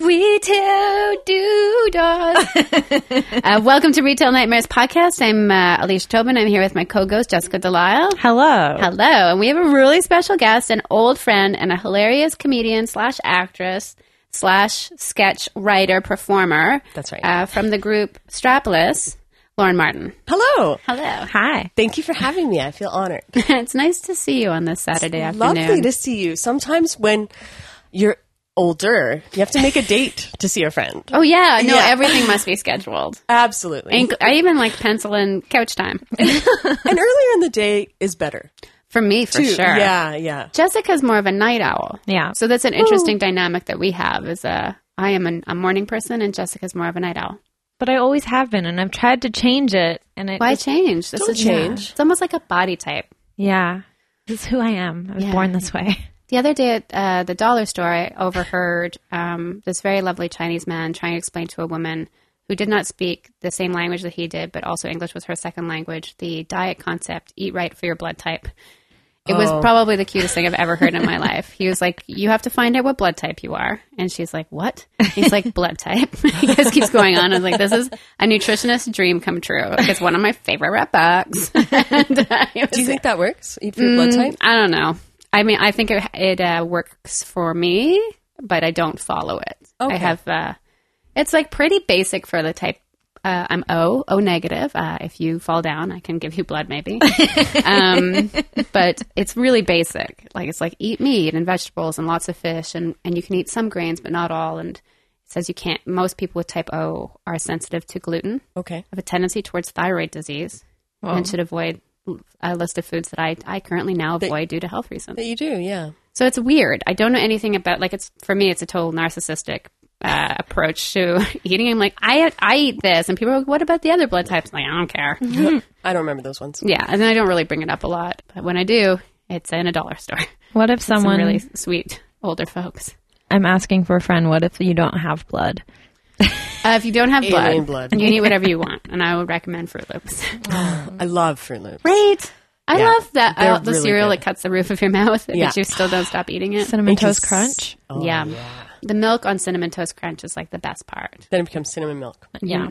We tell doodahs. uh, welcome to Retail Nightmares podcast. I'm uh, Alicia Tobin. I'm here with my co-ghost Jessica Delisle. Hello. Hello, and we have a really special guest, an old friend, and a hilarious comedian slash actress slash sketch writer performer. That's right. Uh, from the group Strapless, Lauren Martin. Hello. Hello. Hi. Thank you for having me. I feel honored. it's nice to see you on this Saturday afternoon. Lovely to see you. Sometimes when you're older, you have to make a date to see a friend. Oh yeah, no, Yeah. everything must be scheduled. Absolutely. Inc- I even like pencil in couch time. and earlier in the day is better. For me, for too. sure. Yeah, yeah. Jessica's more of a night owl. Yeah. So that's an interesting dynamic that we have. Is a I am an, a morning person and Jessica's more of a night owl. But I always have been, and I've tried to change it, and it Why just- change? This Don't is change. It's almost like a body type. yeah, this is who I am. I was Yeah. born this way. The other day at uh, the dollar store, I overheard um, this very lovely Chinese man trying to explain to a woman who did not speak the same language that he did, but also English was her second language, the diet concept eat right for your blood type. It was Oh. probably the cutest thing I've ever heard in my life. He was like, You have to find out what blood type you are. And she's like, What? He's like, Blood type. he just keeps going on. I was like, This is a nutritionist dream come true. Like, It's one of my favorite rap books. and, uh, it Mm. Do you was- think that works? Eat for your blood type? I don't know. I mean, I think it, it uh, works for me, but I don't follow it. Okay. I have. Uh, it's like pretty basic for the type. Uh, I'm O, O negative. Uh, if you fall down, I can give you blood, maybe. um, but it's really basic. Like it's like eat meat and vegetables and lots of fish, and and you can eat some grains, but not all. And it says you can't. Most people with type O are sensitive to gluten Okay. have a tendency towards thyroid disease and should avoid a list of foods that I, I currently now avoid due to health reasons. That you do, yeah. So it's weird. I don't know anything about like it's for me it's a total narcissistic uh, approach to eating. I'm like I I eat this, and people are like, what about the other blood types? I'm like I don't care. I don't remember those ones. yeah, and then I don't really bring it up a lot, but when I do, it's in a dollar store. What if Some someone? really sweet older folks. I'm asking for a friend. What if you don't have blood? Uh, if you don't have Alien blood, blood. you can eat whatever you want, and I would recommend Fruit Loops. I love Fruit Loops. Right. I Yeah. love that They're uh, the really cereal good. that cuts the roof of your mouth, Yeah. but you still don't stop eating it. Cinnamon Because- toast crunch. Oh, yeah. the milk on cinnamon toast crunch is like the best part. Then it becomes cinnamon milk. Yeah,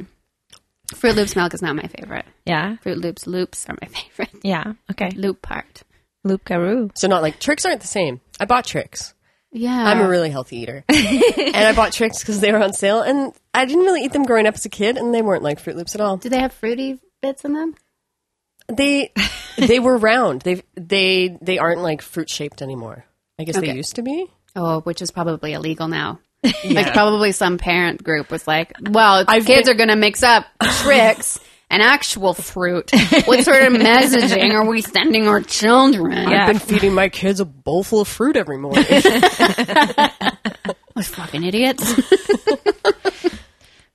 Fruit Loops milk is not my favorite. Yeah. Fruit Loops loops are my favorite. Yeah. Okay. Loop part. Loop Garou. So not like tricks aren't the same. I bought tricks. Yeah, I'm a really healthy eater, and I bought tricks because they were on sale, and I didn't really eat them growing up as a kid, and they weren't like Fruit Loops at all. Do they have fruity bits in them? They they were round. They they they aren't like fruit shaped anymore. I guess they Okay. used to be. Oh, which is probably illegal now. Like probably some parent group was like, "Well, I've kids been- are going to mix up tricks and actual fruit. what sort of messaging are we sending our children?" I've been feeding my kids a bowl full of fruit every morning. Those fucking idiots.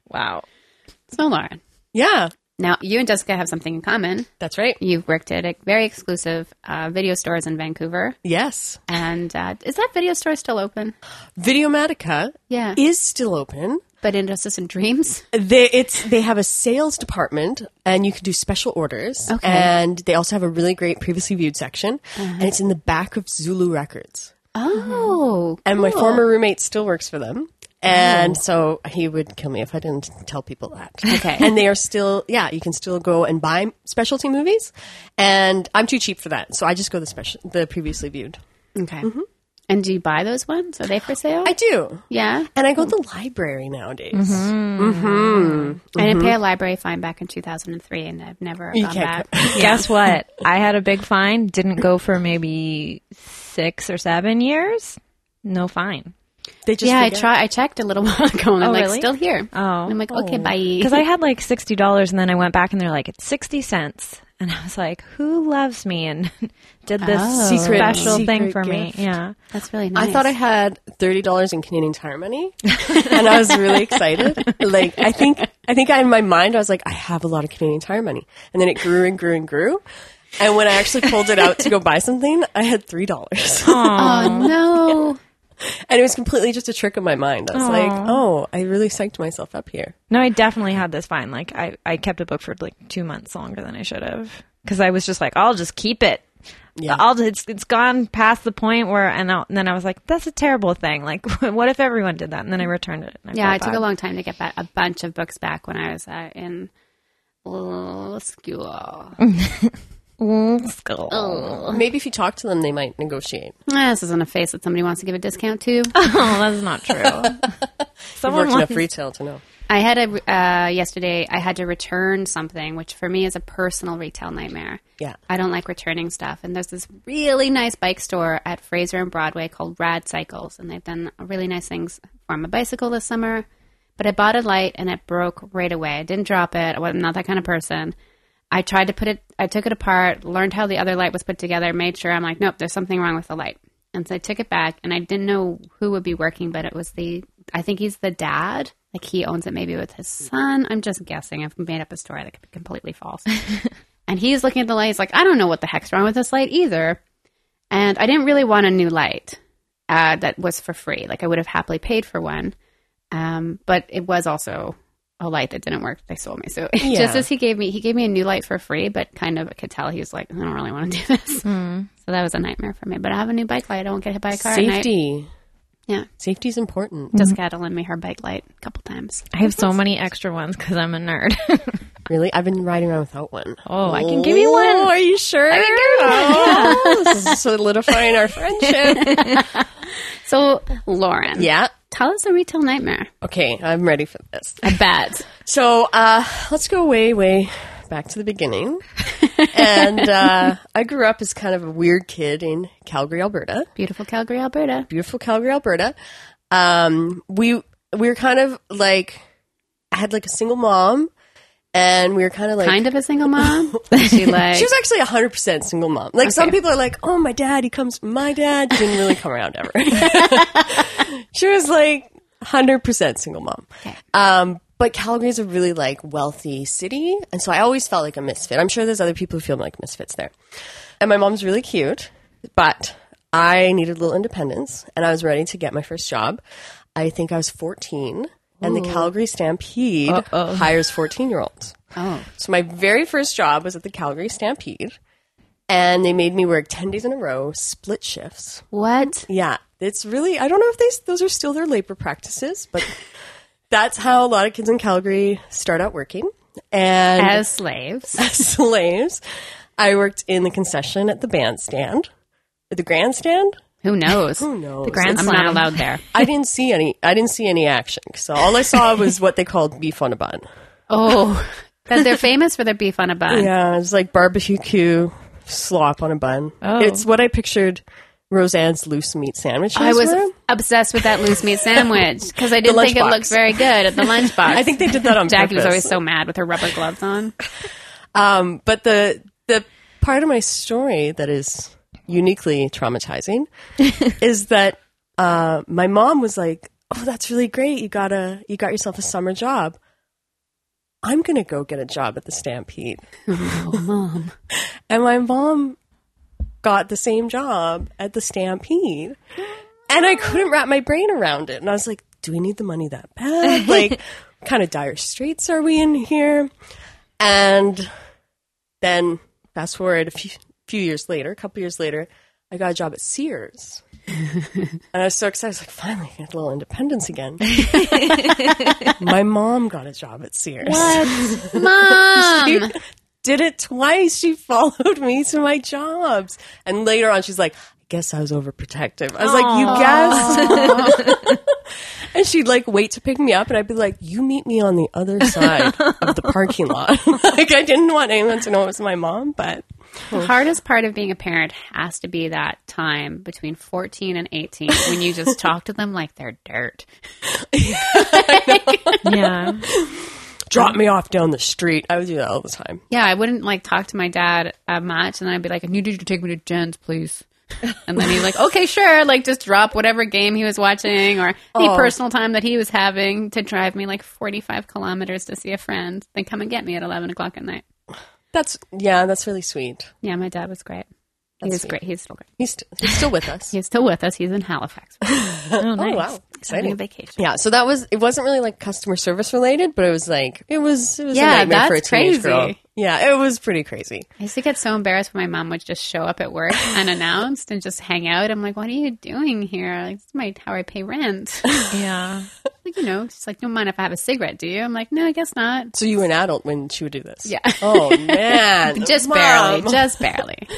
Wow. so, Lauren, yeah, now you and Jessica have something in common. that's right. You've worked at a very exclusive uh, video stores in Vancouver, Yes, and uh, is that video store still open? Videomatica Yeah, is still open. but in Justice and Dreams. They it's they have a sales department and you can do special orders. Okay. Uh-huh. And they also have a really great previously viewed section, and it's in the back of Zulu Records. Oh, And my former roommate still works for them. And so he would kill me if I didn't tell people that. Okay. And they are still, yeah, you can still go and buy specialty movies. And I'm too cheap for that. So I just go the special, the previously viewed. okay. And do you buy those ones? Are they for sale? Mm-hmm. I do. yeah, And I go to the library nowadays. Mm-hmm. Mm-hmm. I didn't pay a library fine back in 2003, and I've never gone can't back. Guess what? I had a big fine. Didn't go for maybe six or seven years. No fine. They just, yeah, I forget. try. I checked a little while ago, and I'm Oh, like, really? still here. Oh. And I'm like, okay, bye. Because I had like sixty dollars, and then I went back, and they're like, "It's sixty cents," and I was like, "Who loves me?" And did this Oh. Secret- special secret thing for gift. me. Yeah, That's really nice. I thought I had $30 in Canadian Tire money and I was really excited. Like I think I think I, in my mind I was like I have a lot of Canadian Tire money. And then it grew and grew and grew. And when I actually pulled it out to go buy something, I had $3. Oh no. And it was completely just a trick of my mind. I was like, oh, I really psyched myself up here. No, I definitely had this fine. Like I, I kept a book for like two months longer than I should have because I was just like, I'll just keep it. Yeah. I'll it's it's gone past the point where and, I, and then I was like, that's a terrible thing. Like, what if everyone did that? And then I returned it. And Yeah, felt I took bad. a long time to get back, a bunch of books back when I was uh, in uh, school. Ah, Mm, skull. Maybe if you talk to them, they might negotiate. Ah, this isn't a face that somebody wants to give a discount to. Oh, that's not true. I've Someone worked wants enough retail to know. I had a uh, yesterday. I had to return something, which for me is a personal retail nightmare. Yeah. I don't like returning stuff. And there's this really nice bike store at Fraser and Broadway called Rad Cycles, and they've done really nice things for my bicycle this summer. But I bought a light and it broke right away. I didn't drop it. I was not that kind of person. I tried to put it. I took it apart, learned how the other light was put together, made sure I'm like, nope, there's something wrong with the light. And so I took it back, and I didn't know who would be working, but it was the. I think he's the dad. Like he owns it, maybe with his son. I'm just guessing. I've made up a story that could be completely false. And he's looking at the light. He's like, I don't know what the heck's wrong with this light either. And I didn't really want a new light uh, that was for free. Like I would have happily paid for one, um, but it was also a light that didn't work. They sold me. So just as he gave me, he gave me a new light for free, but kind of I could tell he was like, I don't really want to do this. Hmm. So that was a nightmare for me. But I have a new bike light. I won't get hit by a car. At night. Safety. Hmm. Yeah, Safety is important. Descada lend me her bike light a couple times. I have so many extra ones because I'm a nerd. Really? I've been riding around without one. oh, I can give you one. Oh, are you sure? I can give you one. this is solidifying our friendship. So Lauren, yeah. tell us a retail nightmare. Okay, I'm ready for this. I bet. So uh, let's go way, way back to the beginning. and uh, I grew up as kind of a weird kid in Calgary, Alberta. Beautiful Calgary, Alberta. Beautiful Calgary, Alberta. Um, we we were kind of like I had like a single mom, and we were kind of like Kind of a single mom. she like She was actually 100% single mom. Like, some people are like, oh, my dad, he comes, my dad didn't really come around ever. she was like 100% single mom. Um, but Calgary is a really like wealthy city. And so I always felt like a misfit. I'm sure there's other people who feel like misfits there. And my mom's really cute, but I needed a little independence and I was ready to get my first job. I think I was 14 and the Calgary Stampede hires 14 year olds. Oh. So my very first job was at the Calgary Stampede, and they made me work ten days in a row, split shifts. What? Yeah, it's really I don't know if they those are still their labor practices, but that's how a lot of kids in Calgary start out working. And As slaves. as slaves, I worked in the concession at the bandstand, the grandstand. Who knows? Who knows? Grand I'm Slam. not allowed there. I didn't see any. I didn't see any action. So all I saw was what they called beef on a bun. Oh, because they're famous for their beef on a bun. Yeah, it's like barbecue slop on a bun. Oh. It's what I pictured Roseanne's loose meat sandwich. I was were. obsessed with that loose meat sandwich because I didn't think it lunchbox. looked very good at the lunchbox. I think they did that on Jackie was purpose. always so mad with her rubber gloves on. Um, but the the part of my story that is uniquely traumatizing is that uh, my mom was like, "Oh, that's really great. You got to you got yourself a summer job. I'm gonna go get a job at the Stampede." Mom. And my mom got the same job at the Stampede. And I couldn't wrap my brain around it. And I was like, do we need the money that bad? Like, what kind of dire straits are we in here? And then fast forward a few, few years later, a couple years later, I got a job at Sears. and I was so excited. I was like, finally, I get a little independence again. my mom got a job at Sears Mom. did it twice. She followed me to my jobs. And later on, she's like, I guess I was overprotective. I was like, you guessed. and she'd like wait to pick me up. And I'd be like, you meet me on the other side of the parking lot. like, I didn't want anyone to know it was my mom, but The hardest part of being a parent has to be that time between 14 and 18 when you just talk to them like they're dirt. yeah. drop me off down the street. I would do that all the time. Yeah, I wouldn't like talk to my dad uh, much, and then I'd be like, "I need you to take me to Jen's, please." And then he's like, "Okay, sure." Like, just drop whatever game he was watching or any personal time that he was having to drive me like forty-five kilometers to see a friend, then come and get me at eleven o'clock at night. That's, yeah, that's really sweet. Yeah, my dad was great. he was great. He's still great. He's, st- he's still with us. He's still with us. He's in Halifax. Oh, Oh nice. wow, Having a exciting! vacation. Yeah, so that was it. Wasn't really like customer service related, but it was like it was. It was Yeah, a nightmare for a that's teenage girl. crazy. Yeah, it was pretty crazy. I used to get so embarrassed when my mom would just show up at work unannounced and just hang out. I'm like, what are you doing here? Like, this is my, how I pay rent. Yeah. like, you know, she's like, you don't mind if I have a cigarette, do you? I'm like, no, I guess not. So you were an adult when she would do this. Yeah. Oh man, Just Mom. barely. Just barely.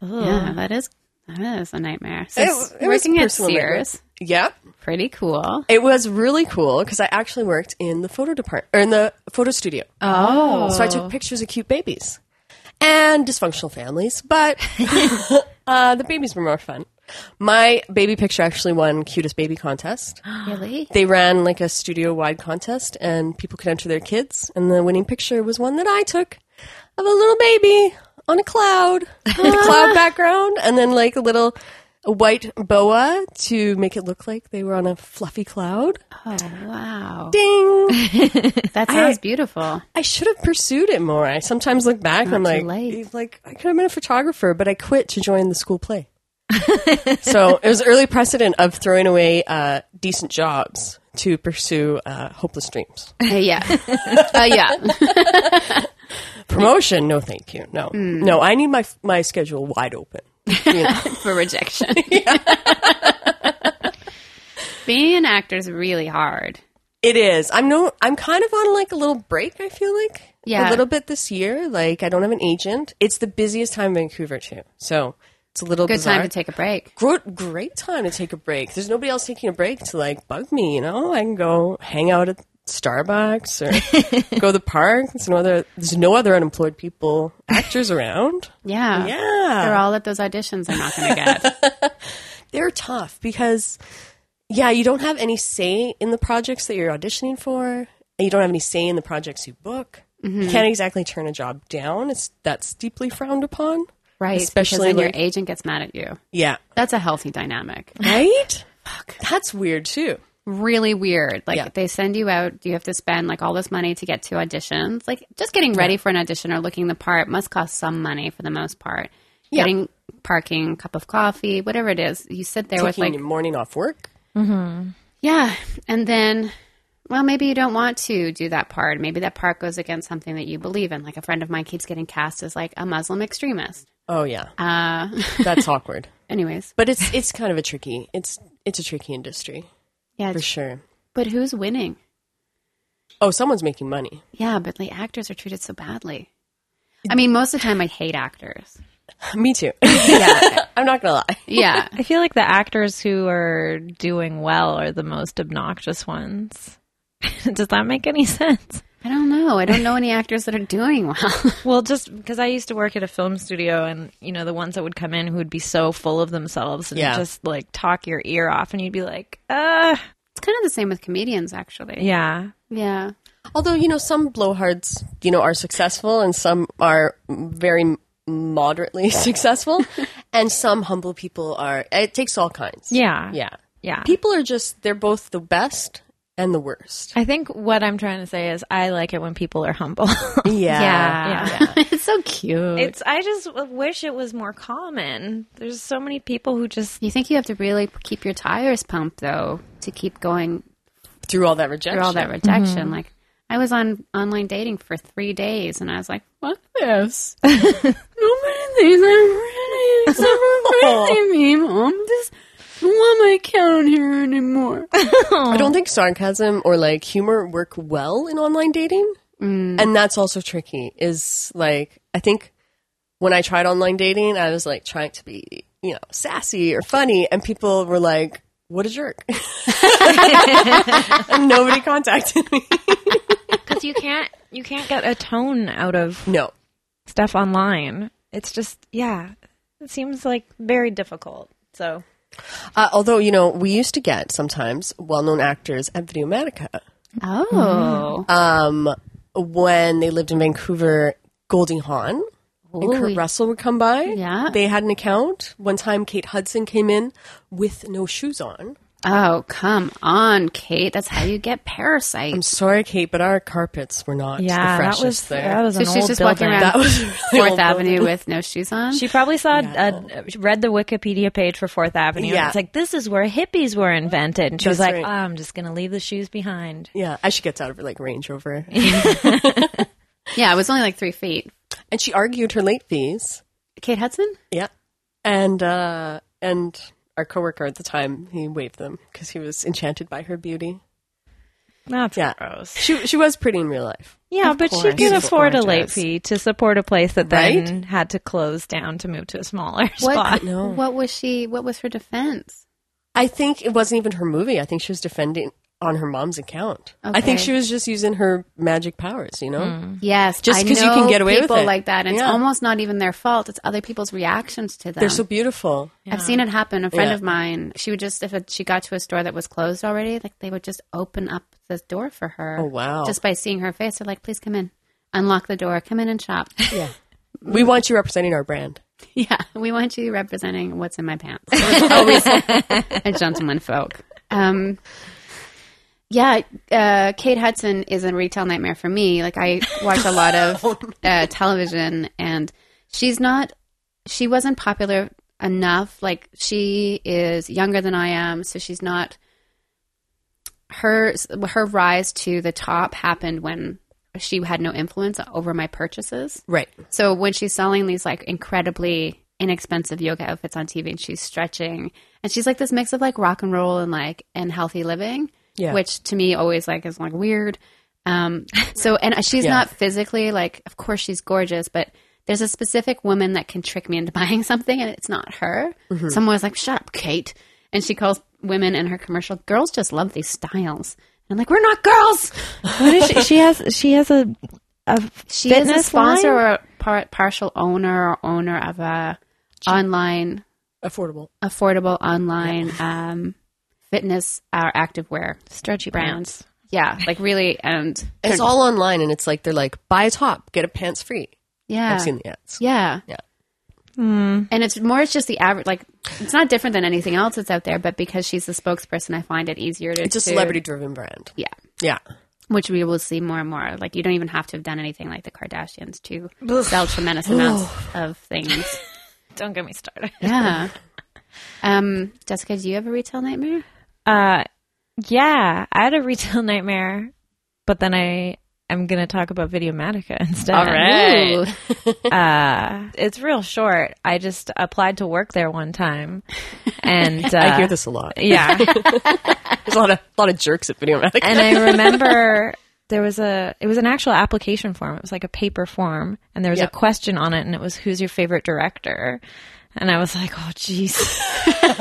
yeah, that is, that is a nightmare. So It- s- it was working at personal nightmare. Sears, Yep. pretty cool. It was really cool because I actually worked in the photo department or in the photo studio. Oh. So I took pictures of cute babies and dysfunctional families, but uh, the babies were more fun. My baby picture actually won cutest baby contest. Really? They ran like a studio wide contest, and people could enter their kids. And the winning picture was one that I took of a little baby on a cloud with a cloud background, and then like a little white boa to make it look like they were on a fluffy cloud. Oh, wow. Ding! That sounds beautiful. Uh, I should have pursued it more. I sometimes look back and I'm like, too late. like I could have been a photographer, but I quit to join the school play. so it was early precedent of throwing away uh, decent jobs to pursue uh, hopeless dreams. Uh, yeah. Uh, yeah. Promotion? No, thank you. No, Mm. no. I need my my schedule wide open. You know? For rejection. Being an actor is really hard. it is. I'm no. I'm kind of on like a little break. I feel like Yeah. a little bit this year. Like I don't have an agent. It's the busiest time in Vancouver too. So. It's a little Good bizarre. time to take a break. great, great time to take a break. There's nobody else taking a break to like bug me, you know? I can go hang out at Starbucks or go to the park. There's no other there's no other unemployed people actors around. Yeah. Yeah. They're all at those auditions I'm not going to get. They're tough because yeah, you don't have any say in the projects that you're auditioning for. and You don't have any say in the projects you book. You can't exactly turn a job down. It's that's deeply frowned upon. Right. Especially Especially when like- your agent gets mad at you. Yeah. That's a healthy dynamic. Right? Fuck. That's weird too. Really weird. Like Yeah. they send you out, you have to spend like all this money to get to auditions. Like just getting ready for an audition or looking the part must cost some money for the most part. Yeah. Getting parking, cup of coffee, whatever it is. You sit there with Taking like your morning off work. Yeah. And then, well, maybe you don't want to do that part. Maybe that part goes against something that you believe in. Like a friend of mine keeps getting cast as like a Muslim extremist. Oh yeah. Uh, That's awkward. anyways, But it's it's kind of a tricky. It's it's a tricky industry yeah. for it's- sure. But who's winning? Oh, someone's making money. Yeah, but like actors are treated so badly. I mean, most of the time I hate actors. Me too. Yeah. I'm not gonna lie. Yeah. I feel like the actors who are doing well are the most obnoxious ones. Does that make any sense? I don't know. I don't know any actors that are doing well. Well, just because I used to work at a film studio and, you know, the ones that would come in who would be so full of themselves and Yeah. just like talk your ear off and you'd be like, uh, it's kind of the same with comedians, actually. yeah. Yeah. Although you know some blowhards, you know, are successful and some are very moderately successful, and some humble people are. It takes all kinds. Yeah. yeah. Yeah. People are just they're both the best and the worst. I think what I'm trying to say is I like it when people are humble. Yeah. it's so cute. it's I just wish it was more common. There's so many people who just you think you have to really keep your tires pumped, though, to keep going Through all that rejection. through all that rejection. Like I was on online dating for three days, and I was like, "Fuck this! Nobody thinks I'm ready. It's not ready me, mom. Just don't want my account on here anymore." I don't think sarcasm or like humor work well in online dating. And that's also tricky. Is like, I think when I tried online dating, I was like trying to be, you know, sassy or funny. And people were like, what a jerk. and nobody contacted me. because you can't you can't get a tone out of No. stuff online. It's just yeah, it seems like very difficult. So Uh, although, you know, we used to get sometimes well known actors at Videomatica. Oh, um, when they lived in Vancouver, Goldie Hawn and Ooh, Kurt we- Russell would come by. Yeah. They had an account. One time, Kate Hudson came in with no shoes on. Oh, come on, Kate. That's how you get I'm parasites. sorry, Kate, but our carpets were not the Yeah, that freshest was there. that was So an she's old just walking building. around That was really Fourth old. Avenue with no shoes on. She probably saw, uh, read the Wikipedia page for Fourth Avenue. and Yeah. It's like, this is where hippies were invented. And she was That's like, right. oh, I'm just going to leave the shoes behind. Yeah, as she gets out of her like Range Rover, yeah, it was only like three feet. and she argued her late fees. Kate Hudson? Yeah, and uh, and our coworker at the time he waived them because he was enchanted by her beauty. That's Yeah. gross. She she was pretty in real life. Yeah, but she course. could Beautiful afford a orange late dress. fee to support a place that then Right? had to close down to move to a smaller What, spot. No. what was she? What was her defense? I think it wasn't even her movie. I think she was defending on her mom's account. I think Okay. Hmm. she was just using her magic powers. You know. Yes, Mm-hmm. Just I 'cause you can know get away with people it. like that. And It's Yeah. almost not even their fault. It's other people's reactions to them. They're so beautiful. I've seen it happen. A friend Yeah. of mine, she would just if it, she got to a store that was closed already, like they would just open up the door for her. Oh, wow. Just by seeing her face, they're like, "Please come in, unlock the door, come in and shop." Yeah. We want you representing our brand. yeah, we want you representing what's in my pants. It's always a gentleman folk. Um, yeah, uh, Kate Hudson is a retail nightmare for me. Like I watch a lot of uh, television, and she's not. She wasn't popular enough. Like she is younger than I am, so she's not. Her her rise to the top happened when she had no influence over my purchases. Right. So when she's selling these like incredibly inexpensive yoga outfits on TV and she's stretching and she's like this mix of like rock and roll and like and healthy living, Yeah. which to me always like is like weird. Um, so and she's Yeah. not physically like, of course she's gorgeous, but there's a specific woman that can trick me into buying something and it's not her. Mm-hmm. Someone was like, shut up, Kate. And she calls women in her commercial, girls just love these styles. And I'm like, we're not girls. she, she has she has a a She is a fitness sponsor line? or a par- partial owner or owner of a online Affordable. affordable online um, fitness or activewear stretchy brands. Yeah, like really, and It's all online, and it's like they're like buy a top, get a pants free. yeah, I've seen the ads. yeah, Yeah. And it's more. It's just the average. Like it's not different than anything else that's out there, but because she's the spokesperson, I find it easier to. It's a to- celebrity-driven brand. Yeah, Yeah, which we will see more and more. Like you don't even have to have done anything like the Kardashians to sell tremendous amounts of things. Don't get me started. Yeah. Um, Jessica, do you have a retail nightmare? Uh, yeah, I had a retail nightmare, but then I am gonna talk about Videomatica instead. All right. Ooh. Uh, it's real short. I just applied to work there one time, and uh, I hear this a lot. Yeah, There's a lot of a lot of jerks at Videomatic. and I remember there was a it was an actual application form. It was like a paper form, and there was Yep. a question on it, and it was who's your favorite director. And I was like, oh, jeez,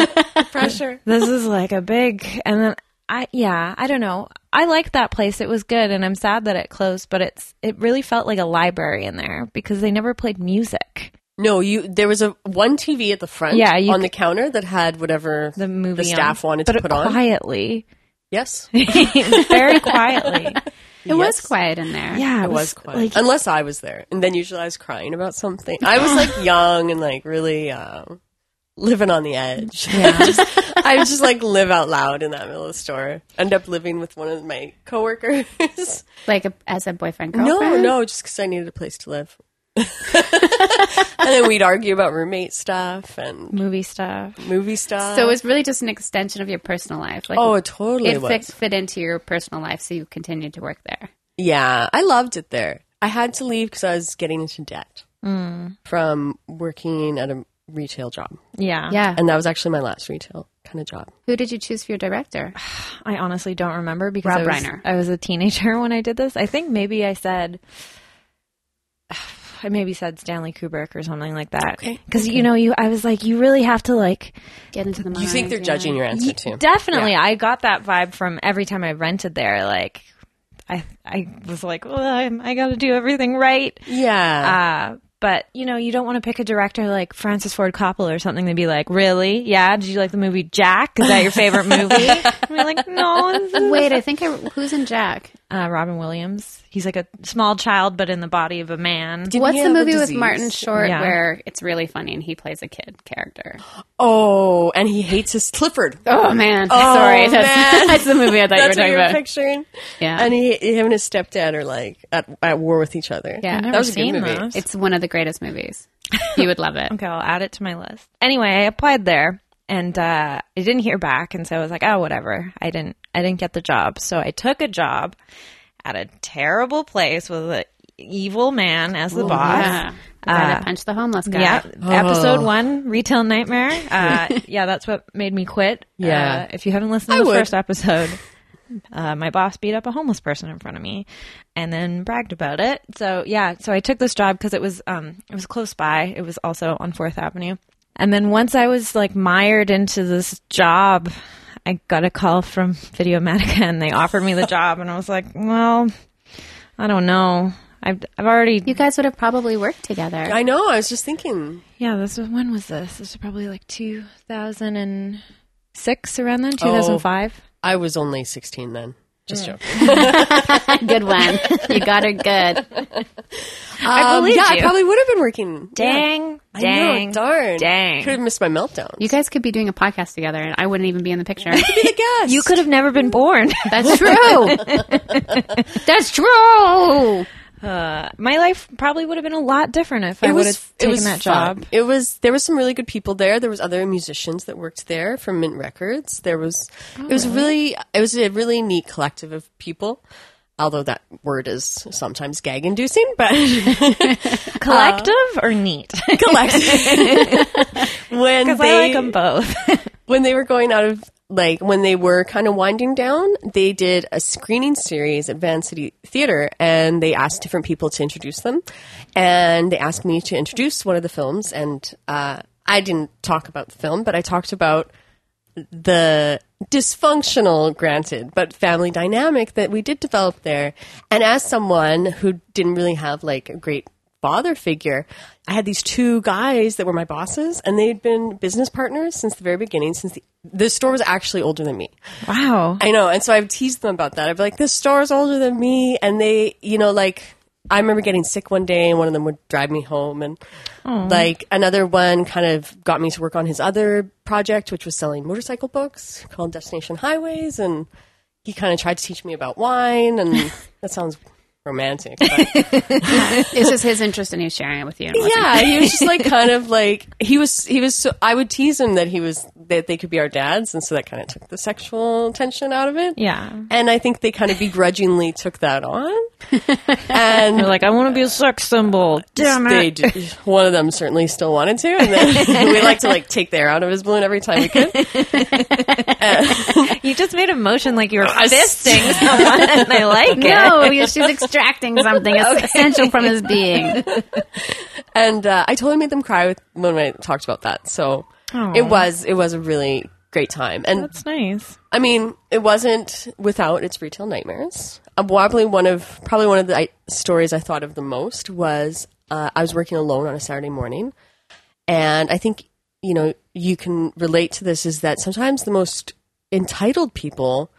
pressure. this is like a big. And then I, yeah, I don't know. I liked that place. It was good, and I'm sad that it closed. But it's it really felt like a library in there because they never played music. No, you. There was a one TV at the front. Yeah, you on c- the counter that had whatever The movie staff on, wanted but to put on. quietly, Yes, very quietly. It was Yes. quiet in there. Yeah, I was quiet. like Unless I was there, and then usually I was crying about something. I was like young and like really uh, living on the edge. just, I would just like live out loud in that middle of the store. End up living with one of my coworkers. Like a, as a boyfriend no, girlfriend. no, just because I needed a place to live. and then we'd argue about roommate stuff and movie stuff. movie stuff. So it was really just an extension of your personal life. Like oh, it totally it was. fit, fit into your personal life, so you continued to work there. Yeah, I loved it there. I had to leave because I was getting into debt Mm. from working at a retail job. Yeah, Yeah. And that was actually my last retail kind of job. Who did you choose for your director? I honestly don't remember because Rob I, was, Reiner. I was a teenager when I did this. I think maybe I said, I maybe said Stanley Kubrick or something like that. Okay. Because you know, you I was like, you really have to like. Get into the. You think they're judging your answer too? Definitely, I got that vibe from every time I rented there. Like, I I was like, well, I'm, I got to do everything right. Yeah. Uh, but you know, you don't want to pick a director like Francis Ford Coppola or something. They'd be like, really? Yeah. Did you like the movie Jack? Is that your favorite movie? And we're like, no. this is Wait, I think I, who's in Jack? uh, Robin Williams. He's like a small child, but in the body of a man. Didn't What's he the have a movie with disease? Martin Short Yeah. where it's really funny and he plays a kid character? Oh, and he hates his Clifford. Oh man, sorry, that's, man. that's the movie I thought you were That's what talking you were about. picturing. Yeah. and he, him and his stepdad are like at, at war with each other. Yeah. that I've never was a good seen movie. those. It's one of the greatest movies. You would love it. Okay, I'll add it to my list. Anyway, I applied there and uh, I didn't hear back, and so I was like, oh, whatever. I didn't, I didn't get the job, so I took a job at a terrible place with an evil man as the boss. Yeah. The guy that punched the homeless guy. Uh, Yeah, Oh. episode one, retail nightmare. Uh, yeah, that's what made me quit. Yeah. Uh, if you haven't listened to I the would. first episode, uh, my boss beat up a homeless person in front of me, and then bragged about it. So yeah, so I took this job because it was um it was close by. It was also on Fourth Avenue, and then once I was like mired into this job. I got a call from Videomatica and they offered me the job and I was like, well, I don't know. I've, I've already You guys would have probably worked together. I know. I was just thinking. Yeah, this was when was this? This was probably like 2006 around then, Oh. 2005. I was only sixteen then. Just joking. good one. You got her good. I Um, believed yeah, you. I probably would have been working. dang, I dang, know, darn, dang. Could have missed my meltdown. You guys could be doing a podcast together, and I wouldn't even be in the picture. be the guest. you could have never been born. That's true. That's true. Uh, my life probably would have been a lot different if I It would was. have It taken was fun. that job. It was. There was some really good people there. There was other musicians that worked there from Mint Records. There was. it Oh. was really. It was a really neat collective of people. Although that word is sometimes gag-inducing, but Uh, Collective or neat? Because collective. when they I like them both. when they were going out of like when they were kind of winding down, they did a screening series at Van City Theater and they asked different people to introduce them. And they asked me to introduce one of the films and uh, I didn't talk about the film, but I talked about the dysfunctional, granted, but family dynamic that we did develop there. And as someone who didn't really have like a great father figure, I had these two guys that were my bosses, and they'd been business partners since the very beginning. Since the, the store was actually older than me, wow. I know, and so I've teased them about that. I'd be like, "This store is older than me," and they, you know, like I remember getting sick one day, and one of them would drive me home, and like another one kind of got me to work on his other project, which was selling motorcycle books called Destination Highways, and he kind of tried to teach me about wine, and that sounds romantic. but- It's just his interest, and he was sharing it with you. and it wasn't- yeah, he was just like kind of like he was he was so I would tease him that he was that they could be our dads and so that kind of took the sexual tension out of it. Yeah. And I think they kind of begrudgingly took that on. And They're like, I want to be a sex symbol. Damn they it. did, one of them certainly still wanted to and then we like to like take the air out of his balloon every time we could. You just made a motion like you were I s- fisting someone, and I like it. No, you- she's extracting something es- essential from his being. And uh, I totally made them cry with, when I talked about that. So it was it was a really great time. And That's nice. I mean, it wasn't without its retail nightmares. Uh, probably one of probably one of the I, stories I thought of the most was uh, I was working alone on a Saturday morning, and I think you know you can relate to this is that sometimes the most entitled people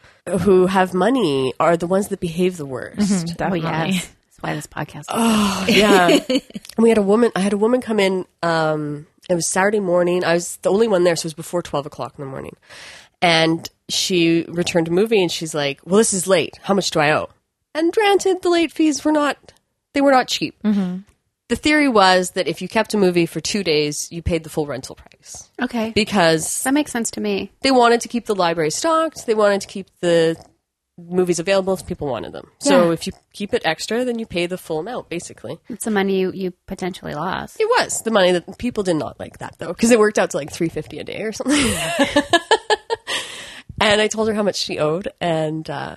who have money are the ones that behave the worst. Oh Definitely. Oh. yes, that's why this podcast. Is Yeah. and we had a woman, I had a woman come in. Um, it was Saturday morning. I was the only one there, so it was before 12 o'clock in the morning. And she returned a movie and she's like, Well, this is late. How much do I owe? And granted, the late fees were not, they were not cheap. The theory was that if you kept a movie for two days, you paid the full rental price okay, because that makes sense to me. they wanted to keep the library stocked. They wanted to keep the movies available if people wanted them. So if you keep it extra, then you pay the full amount, basically. It's the money you, you potentially lost. It was the money that people did not like that though, because it worked out to like three fifty a day or something. and I told her how much she owed, and uh,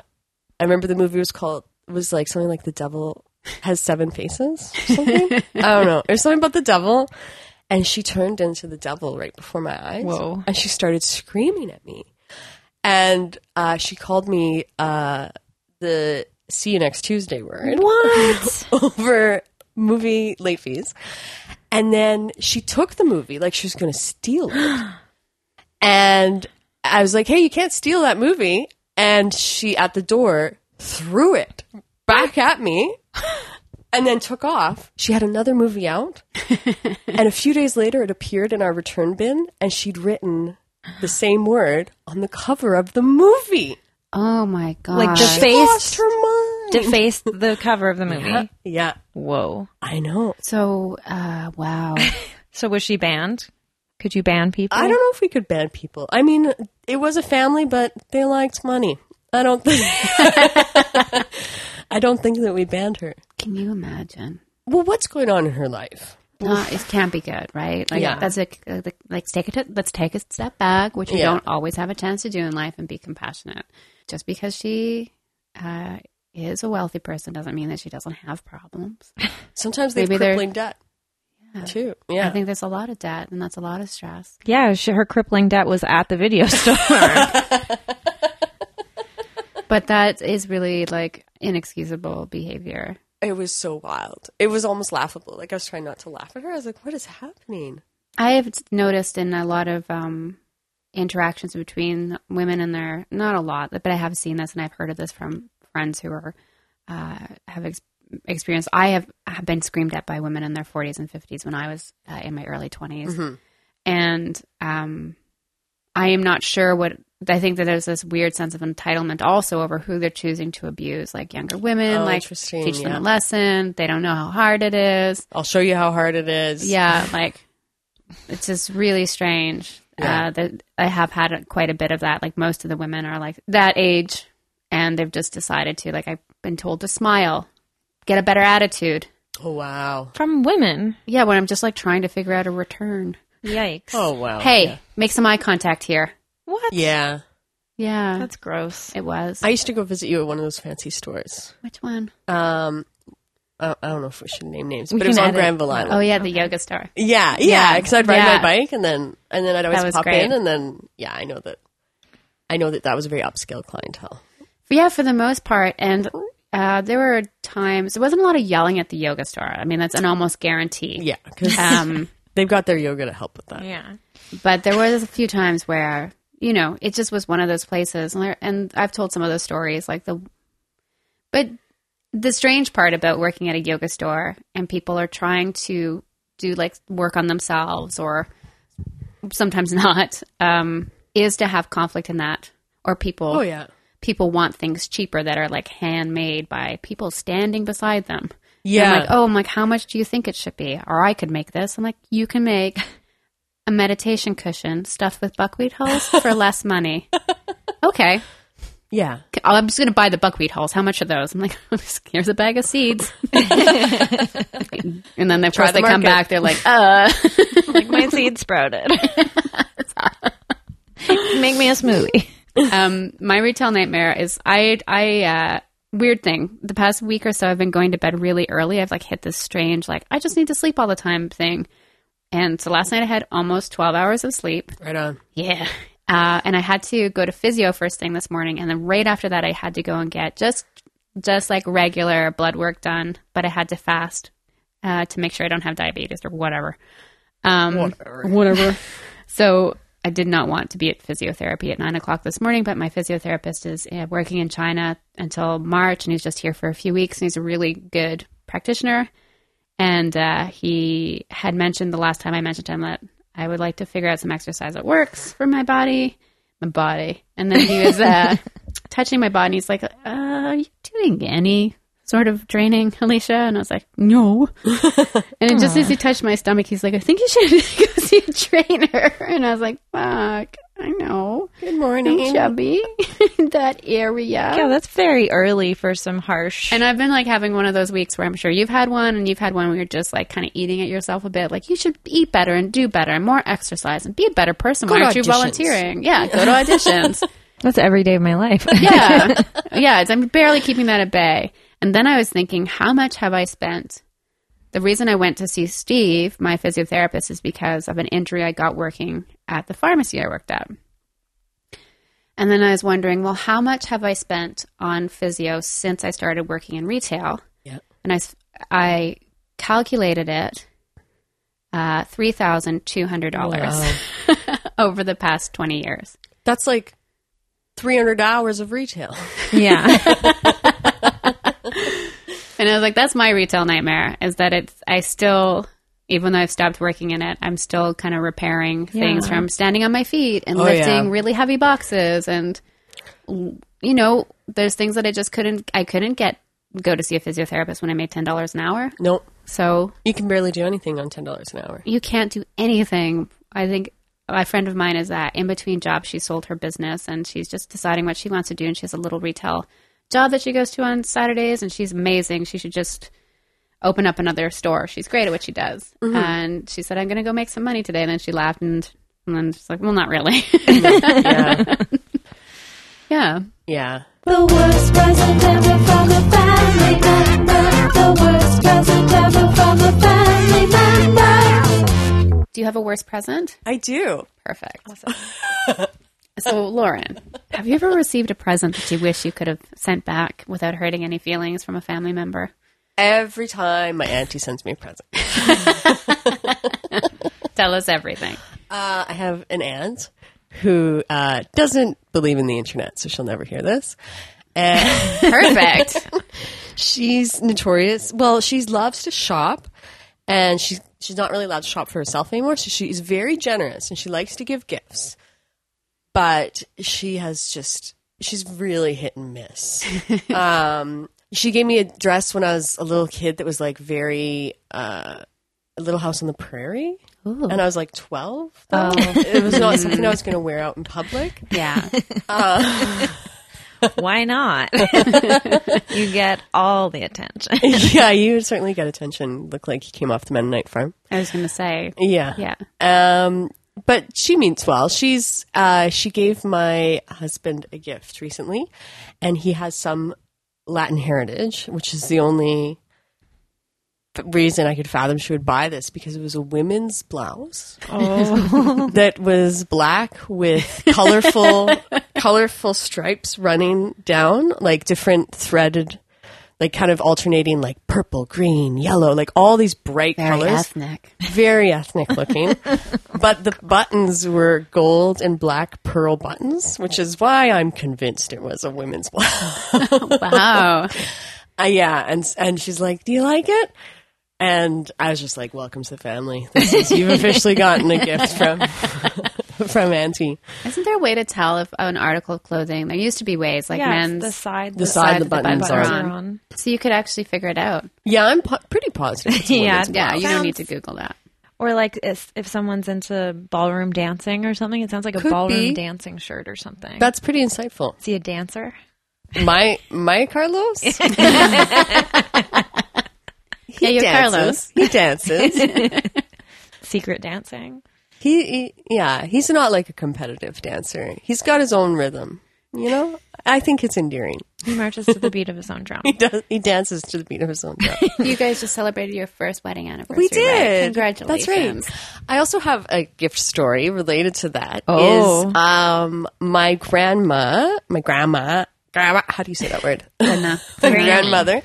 I remember the movie was called was like something like the devil has seven faces. Or something I don't know. It was something about the devil, and she turned into the devil right before my eyes. Whoa. And she started screaming at me, and uh, she called me uh, the "see you next Tuesday" word What? over movie late fees. And then she took the movie like she was going to steal it. and I was like, hey, you can't steal that movie. And she, at the door, threw it back at me and then took off. She had another movie out. and a few days later, it appeared in our return bin and she'd written the same word on the cover of the movie. Oh my god! Like She just- lost Faced. her mind. Defaced the cover of the movie. yeah, Whoa. I know. so uh, wow. So was she banned? Could you ban people? I don't know if we could ban people. I mean, it was a family, but they liked money. I don't think. I don't think that we banned her. Can you imagine? Well, what's going on in her life? No, it can't be good, right? Like Yeah. that's a like take it. Let's take a step back, which you Yeah. don't always have a chance to do in life, and be compassionate. Just because she uh, is a wealthy person doesn't mean that she doesn't have problems. Sometimes they have Maybe they're- crippling debt. Too. Yeah. I think there's a lot of debt, and that's a lot of stress. Yeah, she, her crippling debt was at the video store. But that is really like inexcusable behavior. it was so wild. It was almost laughable. Like I was trying not to laugh at her. I was like, "What is happening?" I have noticed in a lot of um, interactions between women and their not a lot, but I have seen this and I've heard of this from friends who are uh, have ex- experienced. I have have been screamed at by women in their 40s and 50s when I was uh, in my early 20s, Mm-hmm. and um, I am not sure what. I think that there's this weird sense of entitlement also over who they're choosing to abuse, like younger women, Oh, like teach interesting, them yeah. a lesson. They don't know how hard it is. I'll show you how hard it is. Yeah, like it's just really strange. Yeah. Uh, that I have had quite a bit of that. Like most of the women are like that age, and they've just decided to like I've been told to smile, get a better attitude. Oh wow. From women. Yeah, when I'm just like trying to figure out a return. Yikes. Oh wow. hey, Yeah. make some eye contact here. What? Yeah. Yeah, That's gross. it was. I used to go visit you at one of those fancy stores. Which one? Um, I, I don't know if we should name names, We but it was can on edit. Granville Island. Oh yeah, the yoga store. Yeah, yeah. Yeah. Because I'd ride Yeah. my bike and then and then I'd That always was pop great. in and then yeah, I know that. I know that that was a very upscale clientele. Yeah, for the most part. And uh, there were times there wasn't a lot of yelling at the yoga store. I mean, that's an almost guarantee. Yeah, because Um, they've got their yoga to help with that. Yeah. but there was a few times where you know it just was one of those places and, there, and i've told some of those stories like the but the strange part about working at a yoga store and people are trying to do like work on themselves or sometimes not um, is to have conflict in that or people Oh yeah, people want things cheaper that are like handmade by people standing beside them yeah. I'm like, oh, I'm like, how much do you think it should be? Or I could make this. I'm like, you can make a meditation cushion stuffed with buckwheat hulls for less money. okay. yeah. I'm just going to buy the buckwheat hulls. How much are those? I'm like, here's a bag of seeds. and then, of course, the they come market. back. They're like, uh, like my seed sprouted. Make me a smoothie. um, my retail nightmare is I, I, uh, weird thing. The past week or so, I've been going to bed really early. I've like hit this strange, like, I just need to sleep all the time thing. And so last night I had almost 12 hours of sleep. Right on. Yeah. Uh, and I had to go to physio first thing this morning, and then right after that, I had to go and get just just like regular blood work done, but I had to fast uh, to make sure I don't have diabetes or whatever. Um, Whatever. Whatever. so I did not want to be at physiotherapy at nine o'clock this morning, but my physiotherapist is uh, working in China until March, and he's just here for a few weeks, and he's a really good practitioner. And uh, he had mentioned the last time I mentioned to him that I would like to figure out some exercise that works for my body, my body. And then he was uh, touching my body. And he's like, uh, "Are you doing any sort of draining, Alicia?" And I was like, "No." and then just as he touched my stomach, he's like, "I think you should go see a trainer." And I was like, "Fuck, I know, Good I'm morning. chubby in that area." Yeah, that's very early for some harsh. And I've been like having one of those weeks where I'm sure you've had one and you've had one where you're just like kind of eating at yourself a bit. Like you should eat better and do better and more exercise and be a better person. Why to aren't you auditions. volunteering? Yeah, go to auditions. that's every day of my life. yeah. Yeah. It's, I'm barely keeping that at bay. And then I was thinking, how much have I spent? The reason I went to see Steve, my physiotherapist, is because of an injury I got working at the pharmacy I worked at. And then I was wondering, well, how much have I spent on physio since I started working in retail? Yeah. and I, s- I calculated it uh, three thousand two hundred dollars Wow. over the past twenty years. That's like 300 hours of retail. Yeah. And I was like, that's my retail nightmare is that it's, I still, even though I've stopped working in it, I'm still kind of repairing things from standing on my feet and Oh, lifting yeah. really heavy boxes. And, you know, there's things that I just couldn't, I couldn't get, go to see a physiotherapist when I made $10 an hour. Nope. So You can barely do anything on $10 an hour. you can't do anything. I think a friend of mine is that in between jobs, she sold her business and she's just deciding what she wants to do. And she has a little retail job that she goes to on Saturdays, and she's amazing. She should just open up another store. She's great at what she does. And she said, "I'm going to go make some money today." And then she laughed and and then she's like, "Well, not really." Yeah. yeah. yeah. The worst present ever from a family member. The worst present ever from a family member. Do you have a worse present? I do. Perfect. so, Lauren, have you ever received a present that you wish you could have sent back without hurting any feelings from a family member? Every time my auntie sends me a present. Tell us everything. Uh, I have an aunt who uh, doesn't believe in the internet, so she'll never hear this. And Perfect. she's notorious. Well, she loves to shop, and she's she's not really allowed to shop for herself anymore. So she's very generous, and she likes to give gifts. But she has just she's really hit and miss. um, she gave me a dress when I was a little kid that was like very uh, Little House on the Prairie, and I was like twelve. Though. Oh, It was not something I was going to wear out in public. yeah. Why not? you get all the attention. yeah, you certainly got attention. Looked like you came off the Mennonite farm. I was going to say, Yeah. yeah. Um, but she means well. She's uh, she gave my husband a gift recently, and he has some Latin heritage, which is the only reason I could fathom she would buy this because it was a women's blouse that was black with colorful colorful stripes running down, like different threaded. Like kind of alternating, like purple, green, yellow, like all these bright colors ethnic. very ethnic looking. but the buttons were gold and black pearl buttons, which is why I'm convinced it was a women's blouse. Wow. Uh, yeah, and and she's like, "Do you like it?" And I was just like, "Welcome to the family. This is, you've officially gotten a gift from from Auntie." Isn't there a way to tell if an article of clothing? There used to be ways, like men's. the side, The side side the the buttons buttons are are on. so you could actually figure it out. Yeah, I'm po- pretty positive. It's a Yeah, women's Yeah, blouse. you don't need to Google that. Or like if, if someone's into ballroom dancing or something, it sounds like a Could ballroom be. dancing shirt or something. That's pretty insightful. Is he a dancer? My my Carlos. yeah, you're dances. He dances. Secret dancing? He, he yeah, he's not like a competitive dancer. He's got his own rhythm. You know, I think it's endearing. He marches to the beat of his own drum. He does. He dances to the beat of his own drum. Carlos. You guys just celebrated your first wedding anniversary. we right? did. Congratulations. That's right. I also have a gift story related to that. Oh. Is, um, my grandma, my grandma, grandma. How do you say that word? Enough. my grandmother.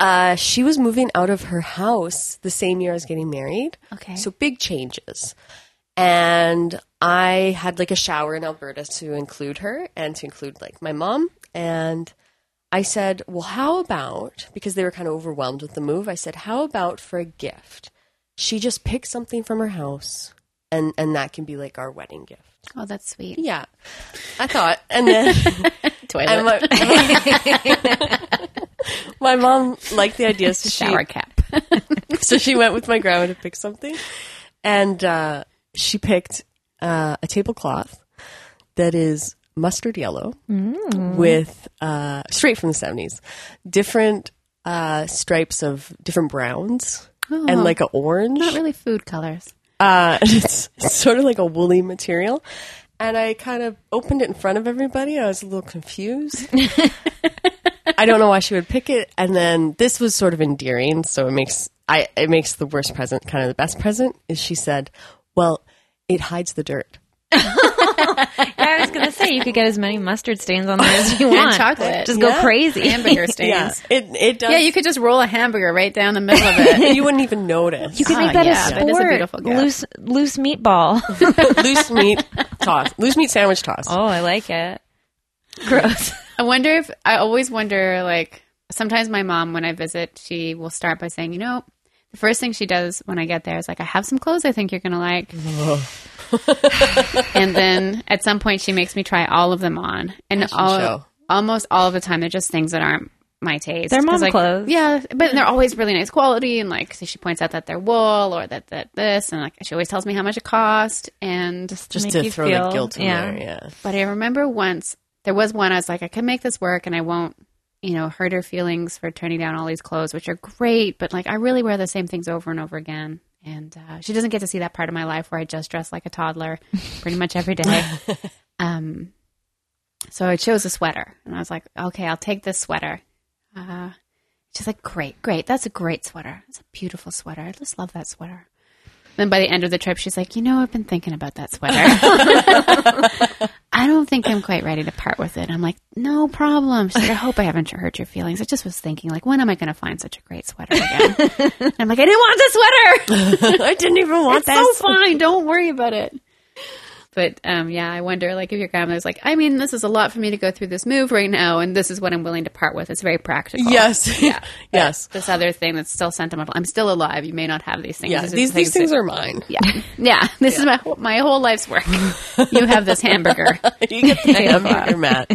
Uh, she was moving out of her house the same year I was getting married. Okay. So big changes. And I had like a shower in Alberta to include her and to include like my mom. And I said, well, how about, because they were kind of overwhelmed with the move, I said, how about for a gift? She just picks something from her house and, and that can be like our wedding gift. Oh, that's sweet. Yeah. I thought. And then. Toilet. And my, my mom liked the idea, so she, shower cap. so she went with my grandma to pick something. And uh, she picked uh, a tablecloth that is mustard yellow with, uh, straight from the 70s, different uh, stripes of different browns Oh. and like an orange. Not really food colors. Uh, it's sort of like a woolly material. And I kind of opened it in front of everybody. I was a little confused. I don't know why she would pick it. And then this was sort of endearing, so it makes I it makes the worst present kind of the best present. Is she said, "Well, it hides the dirt." I was going to say, you could get as many mustard stains on there as you And want. chocolate. Just Yeah. go crazy. Hamburger stains. Yeah, it it does. Yeah, you could just roll a hamburger right down the middle of it. you wouldn't even notice. You could Ah, make that yeah, a that sport. is a beautiful gift. Loose, loose meatball. loose meat toss, loose meat sandwich toss. oh, I like it. Gross. I wonder if I always wonder like sometimes my mom when I visit she will start by saying, "You know, the first thing she does when I get there is like, I have some clothes I think you're going to like." and then at some point she makes me try all of them on. And all show. almost all of the time they're just things that aren't my taste. They're 'Cause, mom like, clothes. Yeah, but they're always really nice quality and like so she points out that they're wool or that that this and like she always tells me how much it cost and Just Make to you throw feel- the guilt in yeah. there. Yeah. but I remember once there was one I was like, I can make this work and I won't, you know, hurt her feelings for turning down all these clothes, which are great, but like I really wear the same things over and over again. And uh, she doesn't get to see that part of my life where I just dress like a toddler pretty much every day. um, so I chose a sweater and I was like, okay, I'll take this sweater. Uh, she's like, great, great. That's a great sweater. It's a beautiful sweater. I just love that sweater. Then by the end of the trip, she's like, you know, I've been thinking about that sweater. I don't think I'm quite ready to part with it. I'm like, no problem. She's like, I hope I haven't hurt your feelings. I just was thinking, like, when am I going to find such a great sweater again? And I'm like, I didn't want the sweater. I didn't even want It's so fine. Don't worry about it. But um, yeah, I wonder, like, if your grandmother's like, I mean, this is a lot for me to go through this move right now, and this is what I'm willing to part with. It's very practical. Yes. yes. This other thing that's still sentimental. I'm still alive. You may not have these things. Yeah. This is These these that- things are mine. Yeah, yeah. This is my whole- my whole life's work. you have this hamburger. you get the hamburger, Matt.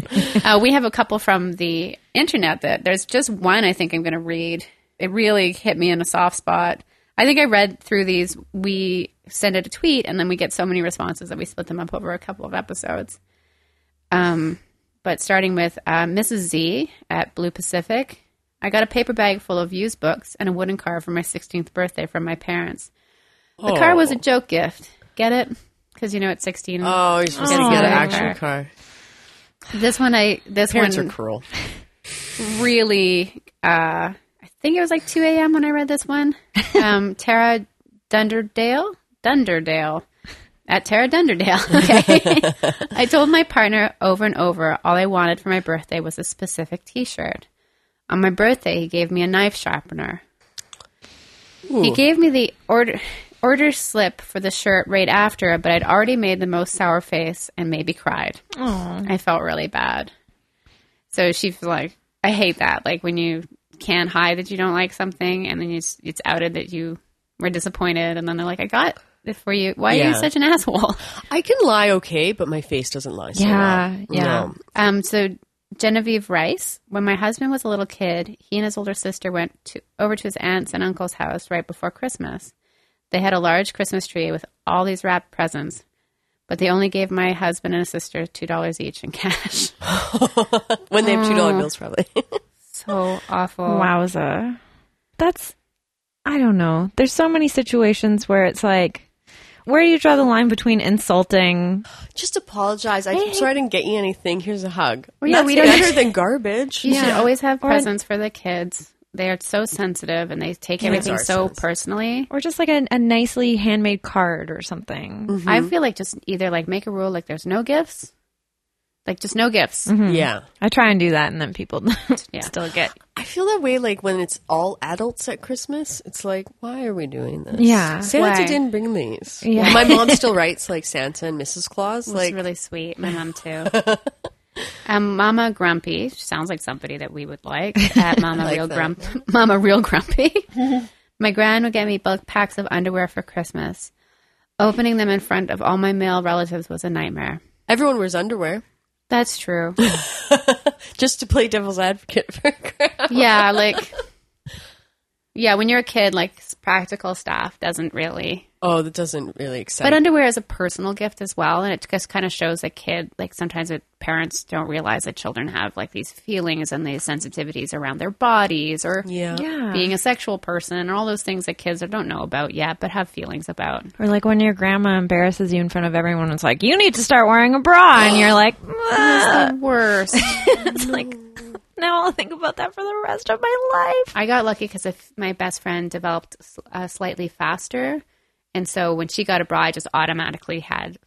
uh, we have a couple from the internet that there's just one I think I'm going to read. It really hit me in a soft spot. I think I read through these. We send it a tweet, and then we get so many responses that we split them up over a couple of episodes. Um, but starting with uh, Mrs. Z at Blue Pacific, I got a paper bag full of used books and a wooden car for my 16th birthday from my parents. The car was a joke gift. Get it? Because you know it's 16. Oh, you're supposed to Oh. get an actual car. This one, I this Parents one are cruel. really uh I think it was like 2 a.m. when I read this one. Um, Tara Dunderdale, Dunderdale, at Tara Dunderdale. Okay, I told my partner over and over all I wanted for my birthday was a specific T-shirt. On my birthday, he gave me a knife sharpener. He gave me the order order slip for the shirt right after, but I'd already made the most sour face and maybe cried. I felt really bad. So she's like, I hate that. Like when you can't hide that you don't like something, and then you just, it's outed that you were disappointed, and then they're like, I got it for you. Why are Yeah. you such an asshole? I can lie okay, but my face doesn't lie. So Yeah, well. yeah. No. Um, so Genevieve Rice, when my husband was a little kid, he and his older sister went to, over to his aunt's and uncle's house right before Christmas. They had a large Christmas tree with all these wrapped presents, but they only gave my husband and his sister two dollars each in cash. When they have two dollar bills, probably. so awful. Wowza. That's, I don't know. There's so many situations where it's like, where do you draw the line between insulting? Just apologize. I'm sorry I didn't get you anything. Here's a hug. Well, yeah, That's we don't- better than garbage. You should always have Or- presents for the kids. They are so sensitive and they take everything are so sensitive. personally. Or just like a, a nicely handmade card or something. Mm-hmm. I feel like just either like make a rule like there's no gifts, like just no gifts. Yeah. I try and do that, and then people Yeah. still get. I feel that way like when it's all adults at Christmas. It's like, why are we doing this? Yeah. Santa Why? didn't bring these. Yeah. My mom still writes like Santa and Mrs. Claus. It was Like, really sweet. My mom too. um, Mama Grumpy she sounds like somebody that we would like at Mama like Real that. Grump. Mama Real Grumpy. my gran would get me bulk packs of underwear for Christmas. Opening them in front of all my male relatives was a nightmare. everyone wears underwear That's true. just to play devil's advocate for crap. yeah, like yeah, when you're a kid, like s- practical stuff doesn't really. Oh, that doesn't really excite But underwear is a personal gift as well, and it just kind of shows a kid. Like sometimes it, parents don't realize that children have like these feelings and these sensitivities around their bodies, or Yeah. Yeah. being a sexual person, and all those things that kids don't know about yet, but have feelings about. or like when your grandma embarrasses you in front of everyone, it's like you need to start wearing a bra, and you're like, It's the worst. it's like now I'll think about that for the rest of my life. I got lucky because my best friend developed s- uh, slightly faster, and so when she got a bra, I just automatically had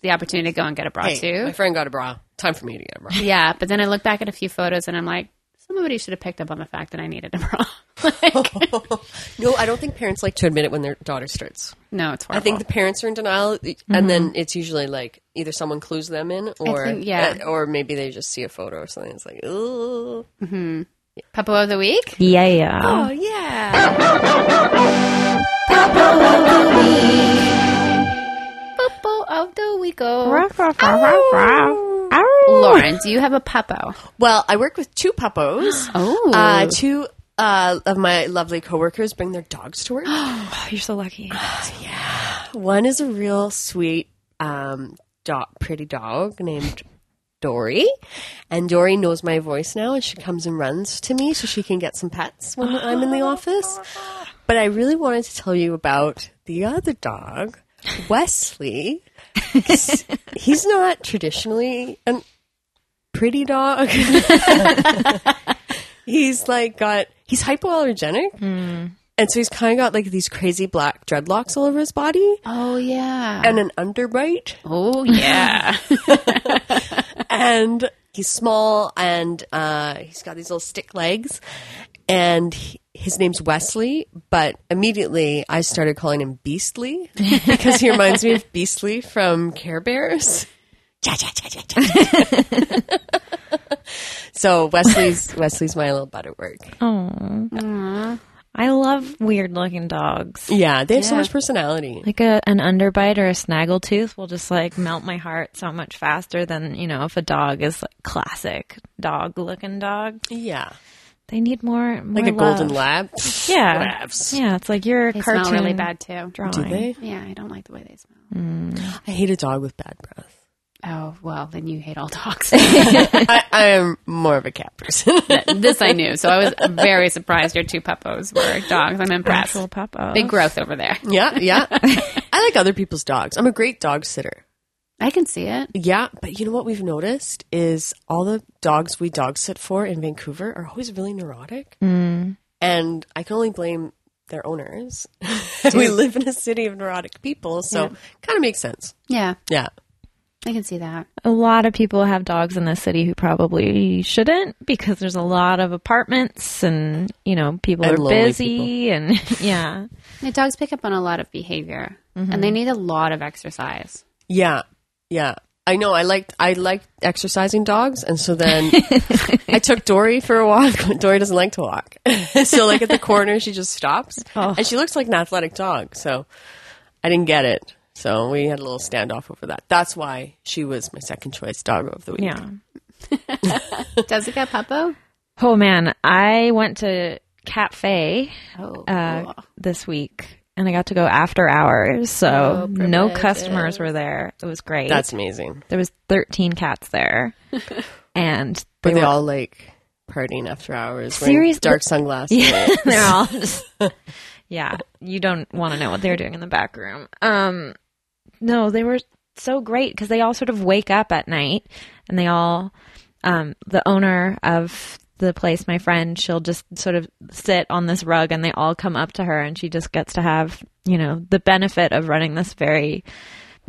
the opportunity to go and get a bra Hey, too. My friend got a bra. Time for me to get a bra. Yeah, but then I look back at a few photos and I'm like, somebody should have picked up on the fact that I needed a bra. Oh, Like, no, I don't think parents like to admit it when their daughter starts. no, it's I horrible. think the parents are in denial, and then it's usually like either someone clues them in, or think- yeah. uh, or maybe they just see a photo or something. It's like, ooh, Puppo of the week. Yeah, yeah. Oh yeah. Puppo of the week. Oh. Oh. Lauren, do you have a puppo? Well, I work with two puppos. Oh, Uh, two uh, of my lovely coworkers bring their dogs to work. you're so lucky. One is a real sweet, um, do- pretty dog named Dory, and Dory knows my voice now, and she comes and runs to me so she can get some pets when I'm in the office. But I really wanted to tell you about the other dog, Wesley. 'cause He's not traditionally an pretty dog. he's like got he's hypoallergenic. And so he's kind of got like these crazy black dreadlocks all over his body oh yeah. and an underbite. oh yeah. And he's small and uh, he's got these little stick legs. And he- his name's Wesley, but immediately I started calling him Beastly because he reminds me of Beastly from Care Bears. Cha, cha, cha, cha, cha. so Wesley's Wesley's my little butterwork. I love weird looking dogs. Yeah, they have so Yeah. much personality. Like a, an underbite or a snaggletooth will just like melt my heart so much faster than, you know, if a dog is like classic dog looking dog. Yeah, They need more, more like a love. golden lab. Yeah. Labs. Yeah, it's like your They cartoon smell really bad too. drawing. Do they? Yeah, I don't like the way they smell. I hate a dog with bad breath. Oh well, then you hate all dogs. I, I am more of a cat person. this I knew, so I was very surprised your two puppos were dogs. I'm impressed. Actual pop-up. Big growth over there. yeah, yeah. I like other people's dogs. I'm a great dog sitter. I can see it. Yeah, but you know what we've noticed is all the dogs we dog sit for in Vancouver are always really neurotic. And I can only blame their owners. we live in a city of neurotic people, so kind of makes sense. Yeah, Yeah. I can see that. a lot of people have dogs in this city who probably shouldn't because there's a lot of apartments and you know people And are lonely busy and yeah The dogs pick up on a lot of behavior, and they need a lot of exercise. Yeah. Yeah. I know. I liked I liked exercising dogs, and so then I took Dory for a walk. Dory doesn't like to walk, so like at the corner, she just stops, Oh. and she looks like an athletic dog. So I didn't get it. So we had a little standoff over that. That's why she was my second choice dog of the week. yeah Does it get puppo? oh man i went to cafe Oh, uh, this week and i got to go after hours so Oh, no privileges. customers were there it was great that's amazing. there was 13 cats there and Were they they, were all like partying after hours, Serious- wearing dark sunglasses? Yeah, they're all. just- yeah, you don't want to know what they're doing in the back room. Um, no, they were so great because they all sort of wake up at night, and they all, um, the owner of the place, my friend, she'll just sort of sit on this rug, and they all come up to her, and she just gets to have you know the benefit of running this very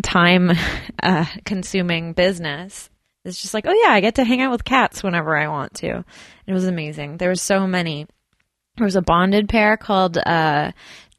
time uh, consuming business. It's just like, oh yeah, I get to hang out with cats whenever I want to. It was amazing. There were so many there was a bonded pair called uh,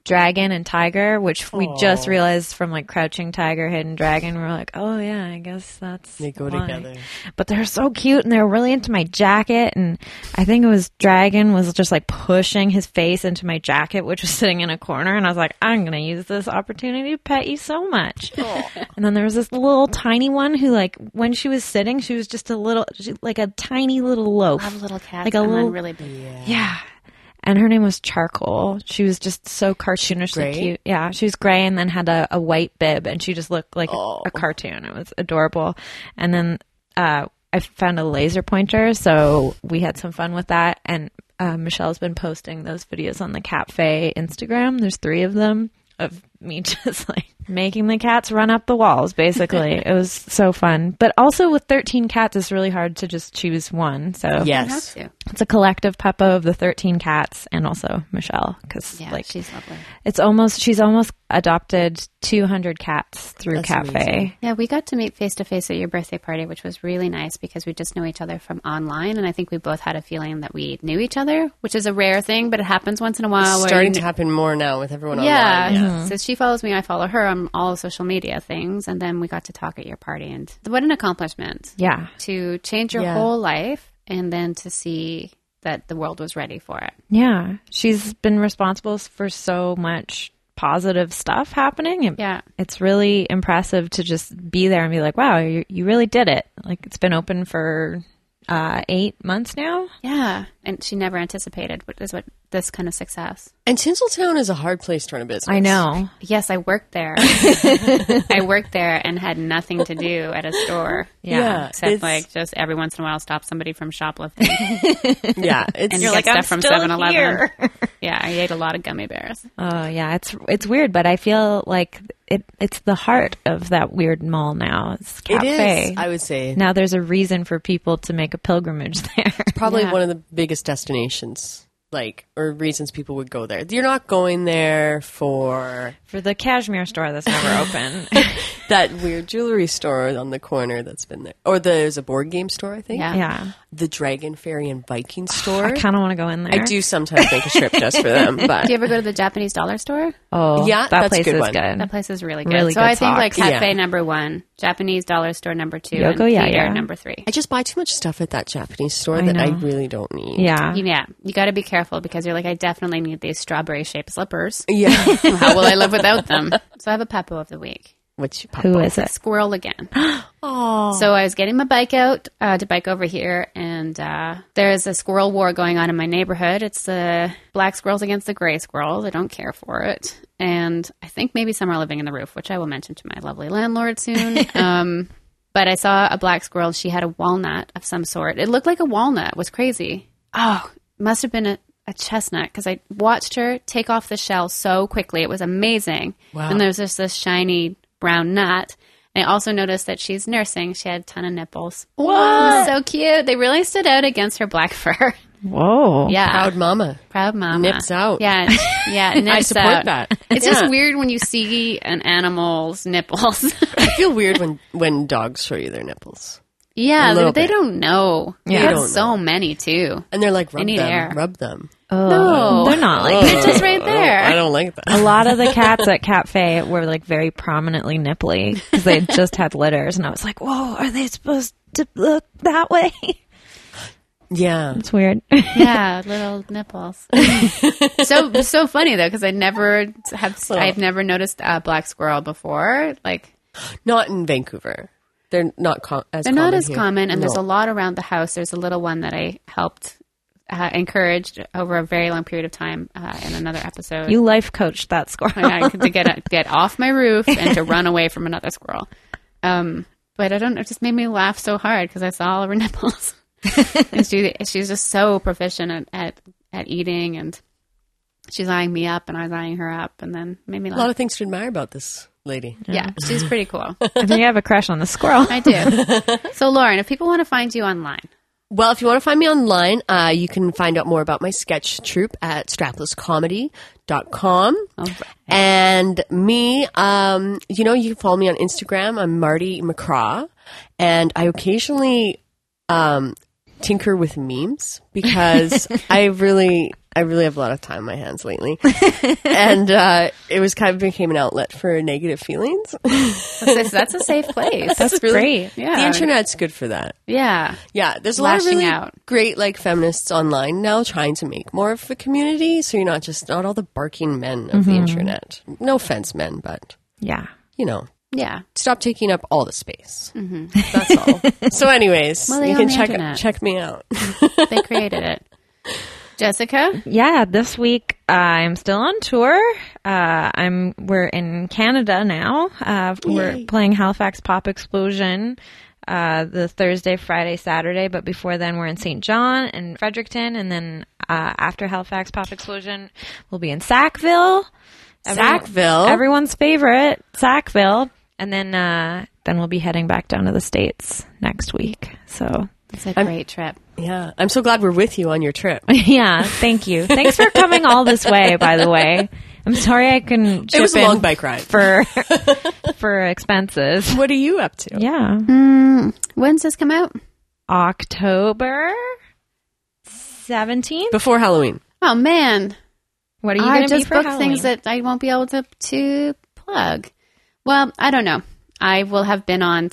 Dragon and Tiger, which we just realized from like Crouching Tiger, Hidden Dragon. We are like, oh yeah, I guess that's They go why. together. But they're so cute, and they're really into my jacket. And I think it was Dragon was just like pushing his face into my jacket, which was sitting in a corner. And I was like, I'm gonna use this opportunity to pet you so much. And then there was this little tiny one who, like, when she was sitting, she was just a little, she, like a tiny little loaf. I have little cats, Like a and little- then really big. Yeah. And her name was Charcoal. She was just so cartoonishly Gray? cute. Yeah, she was gray and then had a, a white bib, and she just looked like a cartoon. It was adorable. And then uh, I found a laser pointer, so we had some fun with that. And uh, Michelle's been posting those videos on the Catfe Instagram. There's three of them of me just like making the cats run up the walls. Basically, it was so fun. But also with 13 cats, it's really hard to just choose one. So Have Yes. to. It's a collective puppo of the 13 cats and also Michelle because Yeah, like she's lovely. it's almost she's almost adopted 200 cats through cafe. Yeah, we got to meet face to face at your birthday party, which was really nice because we just know each other from online, and I think we both had a feeling that we knew each other, which is a rare thing, but it happens once in a while. where starting to you- happen more now with everyone yeah. mm-hmm. online. So she follows me, I follow her on all social media things, and then we got to talk at your party, and what an accomplishment! Yeah. to change your Yeah. whole life and then to see that the world was ready for it. Yeah. She's been responsible for so much positive stuff happening. And Yeah. It's really impressive to just be there and be like, wow, you, you really did it. Like, it's been open for uh, eight months now. Yeah, and she never anticipated what is what this kind of success. And Tinseltown is a hard place to run a business. I know. Yes, I worked there. I worked there and had nothing to do at a store. Yeah. Yeah. Except it's- like just every once in a while stop somebody from shoplifting. Yeah, it's And yeah. you're like, I'm stuff from still 7-Eleven. here. yeah, I ate a lot of gummy bears. Oh yeah, it's it's weird, but I feel like it it's the heart of that weird mall now. It's it cafe. is. I would say now there's a reason for people to make a pilgrimage there. probably Yeah. one of the biggest destinations, like or reasons people would go there. You're not going there for for the cashmere store that's never open. that weird jewelry store on the corner that's been there, or there's a board game store. I think. Yeah. yeah. The Dragon Fairy and Viking store. I kind of want to go in there. I do sometimes make a trip just for them, but Do you ever go to the Japanese dollar store? Oh, Yeah, that that's a place good is one. good. That place is really good. Really so good I think talk. like cafe Yeah. number one, Japanese dollar store number two, and Yoko theater Yaya. number three. I just buy too much stuff at that Japanese store that I know. really don't need. Yeah. Yeah, you got to be careful because you're like, I definitely need these strawberry shaped slippers. Yeah. How will I live without them? So I have a pepo of the week. Which Who is it? squirrel again. So I was getting my bike out uh, to bike over here, and uh, there's a squirrel war going on in my neighborhood. It's the black squirrels against the gray squirrels. I don't care for it. And I think maybe some are living in the roof, which I will mention to my lovely landlord soon. um, but I saw a black squirrel. She had a walnut of some sort. It looked like a walnut. It was crazy. Oh, must have been a, a chestnut because I watched her take off the shell so quickly. It was amazing. Wow. And there's just this shiny brown nut. And I also noticed that she's nursing. She had a ton of nipples. What? so cute. They really stood out against her black fur. Whoa. yeah. Oh, Proud mama. Proud mama. Nips out. Yeah. Yeah. Nips I support out. that. It's Yeah. just weird when you see an animal's nipples. I feel weird when when dogs show you their nipples A yeah. They, little they bit. don't know. They they have don't so many too. and they're like rub need them, air. rub them. Oh, No. They're not like They're just right there. I don't like A that. lot of the cats at Cafe were like very prominently nipply because they had just had litters, and I was like, "Whoa, are they supposed to look that way?" Yeah. It's weird. yeah, little nipples. so so funny though, because I never have I've never noticed a black squirrel before. Like Not in Vancouver. They're not com- as they're common not as here. common, and there's No. a lot around the house. There's a little one that I helped uh, encouraged over a very long period of time uh, in another episode. you life coached that squirrel. I, I, to get get off my roof and to run away from another squirrel. Um, but I don't know. It just made me laugh so hard because I saw all of her nipples. and she she's just so proficient at, at at eating, and she's eyeing me up, and I was eyeing her up, and then made me A lot laugh. of things to admire about this lady. yeah, she's pretty cool. I think I have a crush on the squirrel. I do. So, Lauren, if people want to find you online, Well, if you want to find me online, uh, you can find out more about my sketch troupe at straplesscomedy.com. oh, And me, um, you know, you can follow me on Instagram. I'm Marty McCraw. And I occasionally um, tinker with memes because I really. I really have a lot of time on my hands lately, and uh, it was kind of became an outlet for negative feelings. that's, that's a safe place. That's great. Yeah, The internet's good for that. yeah, Yeah, there's a lot of Lashing really out. great like feminists online now trying to make more of a community. So you're not just not all the barking men of Mm-hmm. the internet. No offense, men, but Yeah. you know, yeah. stop taking up all the space. That's all. so, anyways, Well, they you can own the check internet. check me out. They created it. Jessica, Yeah, this week uh, I'm still on tour. Uh, I'm we're in Canada now. Uh, we're playing Halifax Pop Explosion uh, the Thursday, Friday, Saturday. But before then, we're in St. John and Fredericton, and then uh, after Halifax Pop Explosion, we'll be in Sackville. Everyone- Sackville? everyone's favorite Sackville, and then uh, then we'll be heading back down to the states next week. So It's a I'm- great trip. Yeah. I'm so glad we're with you on your trip. yeah, thank you. Thanks for coming all this way. By the way, I'm sorry I couldn't. It was chip a long in bike ride. for for expenses. What are you up to? Yeah, Mm, When's this come out? October seventeenth. Before Halloween. Oh man, What are you I going to be just for booked Halloween? things that I won't be able to to plug. Well, I don't know. I will have been on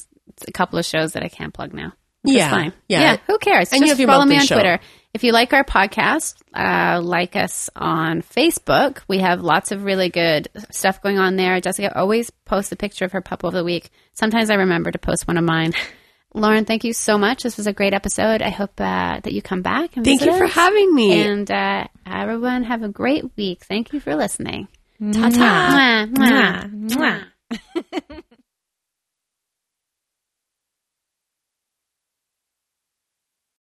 a couple of shows that I can't plug now. It's Yeah. fine. Yeah. Who cares? And you Just have your follow me monthly on show. Twitter. If you like our podcast, uh, like us on Facebook. We have lots of really good stuff going on there. Jessica always posts a picture of her pup of the week. Sometimes I remember to post one of mine. Lauren, thank you so much. This was a great episode. I hope uh, that you come back. And Thank visit you for us. having me. And uh, everyone, have a great week. Thank you for listening. Ta ta. Mwah, mwah.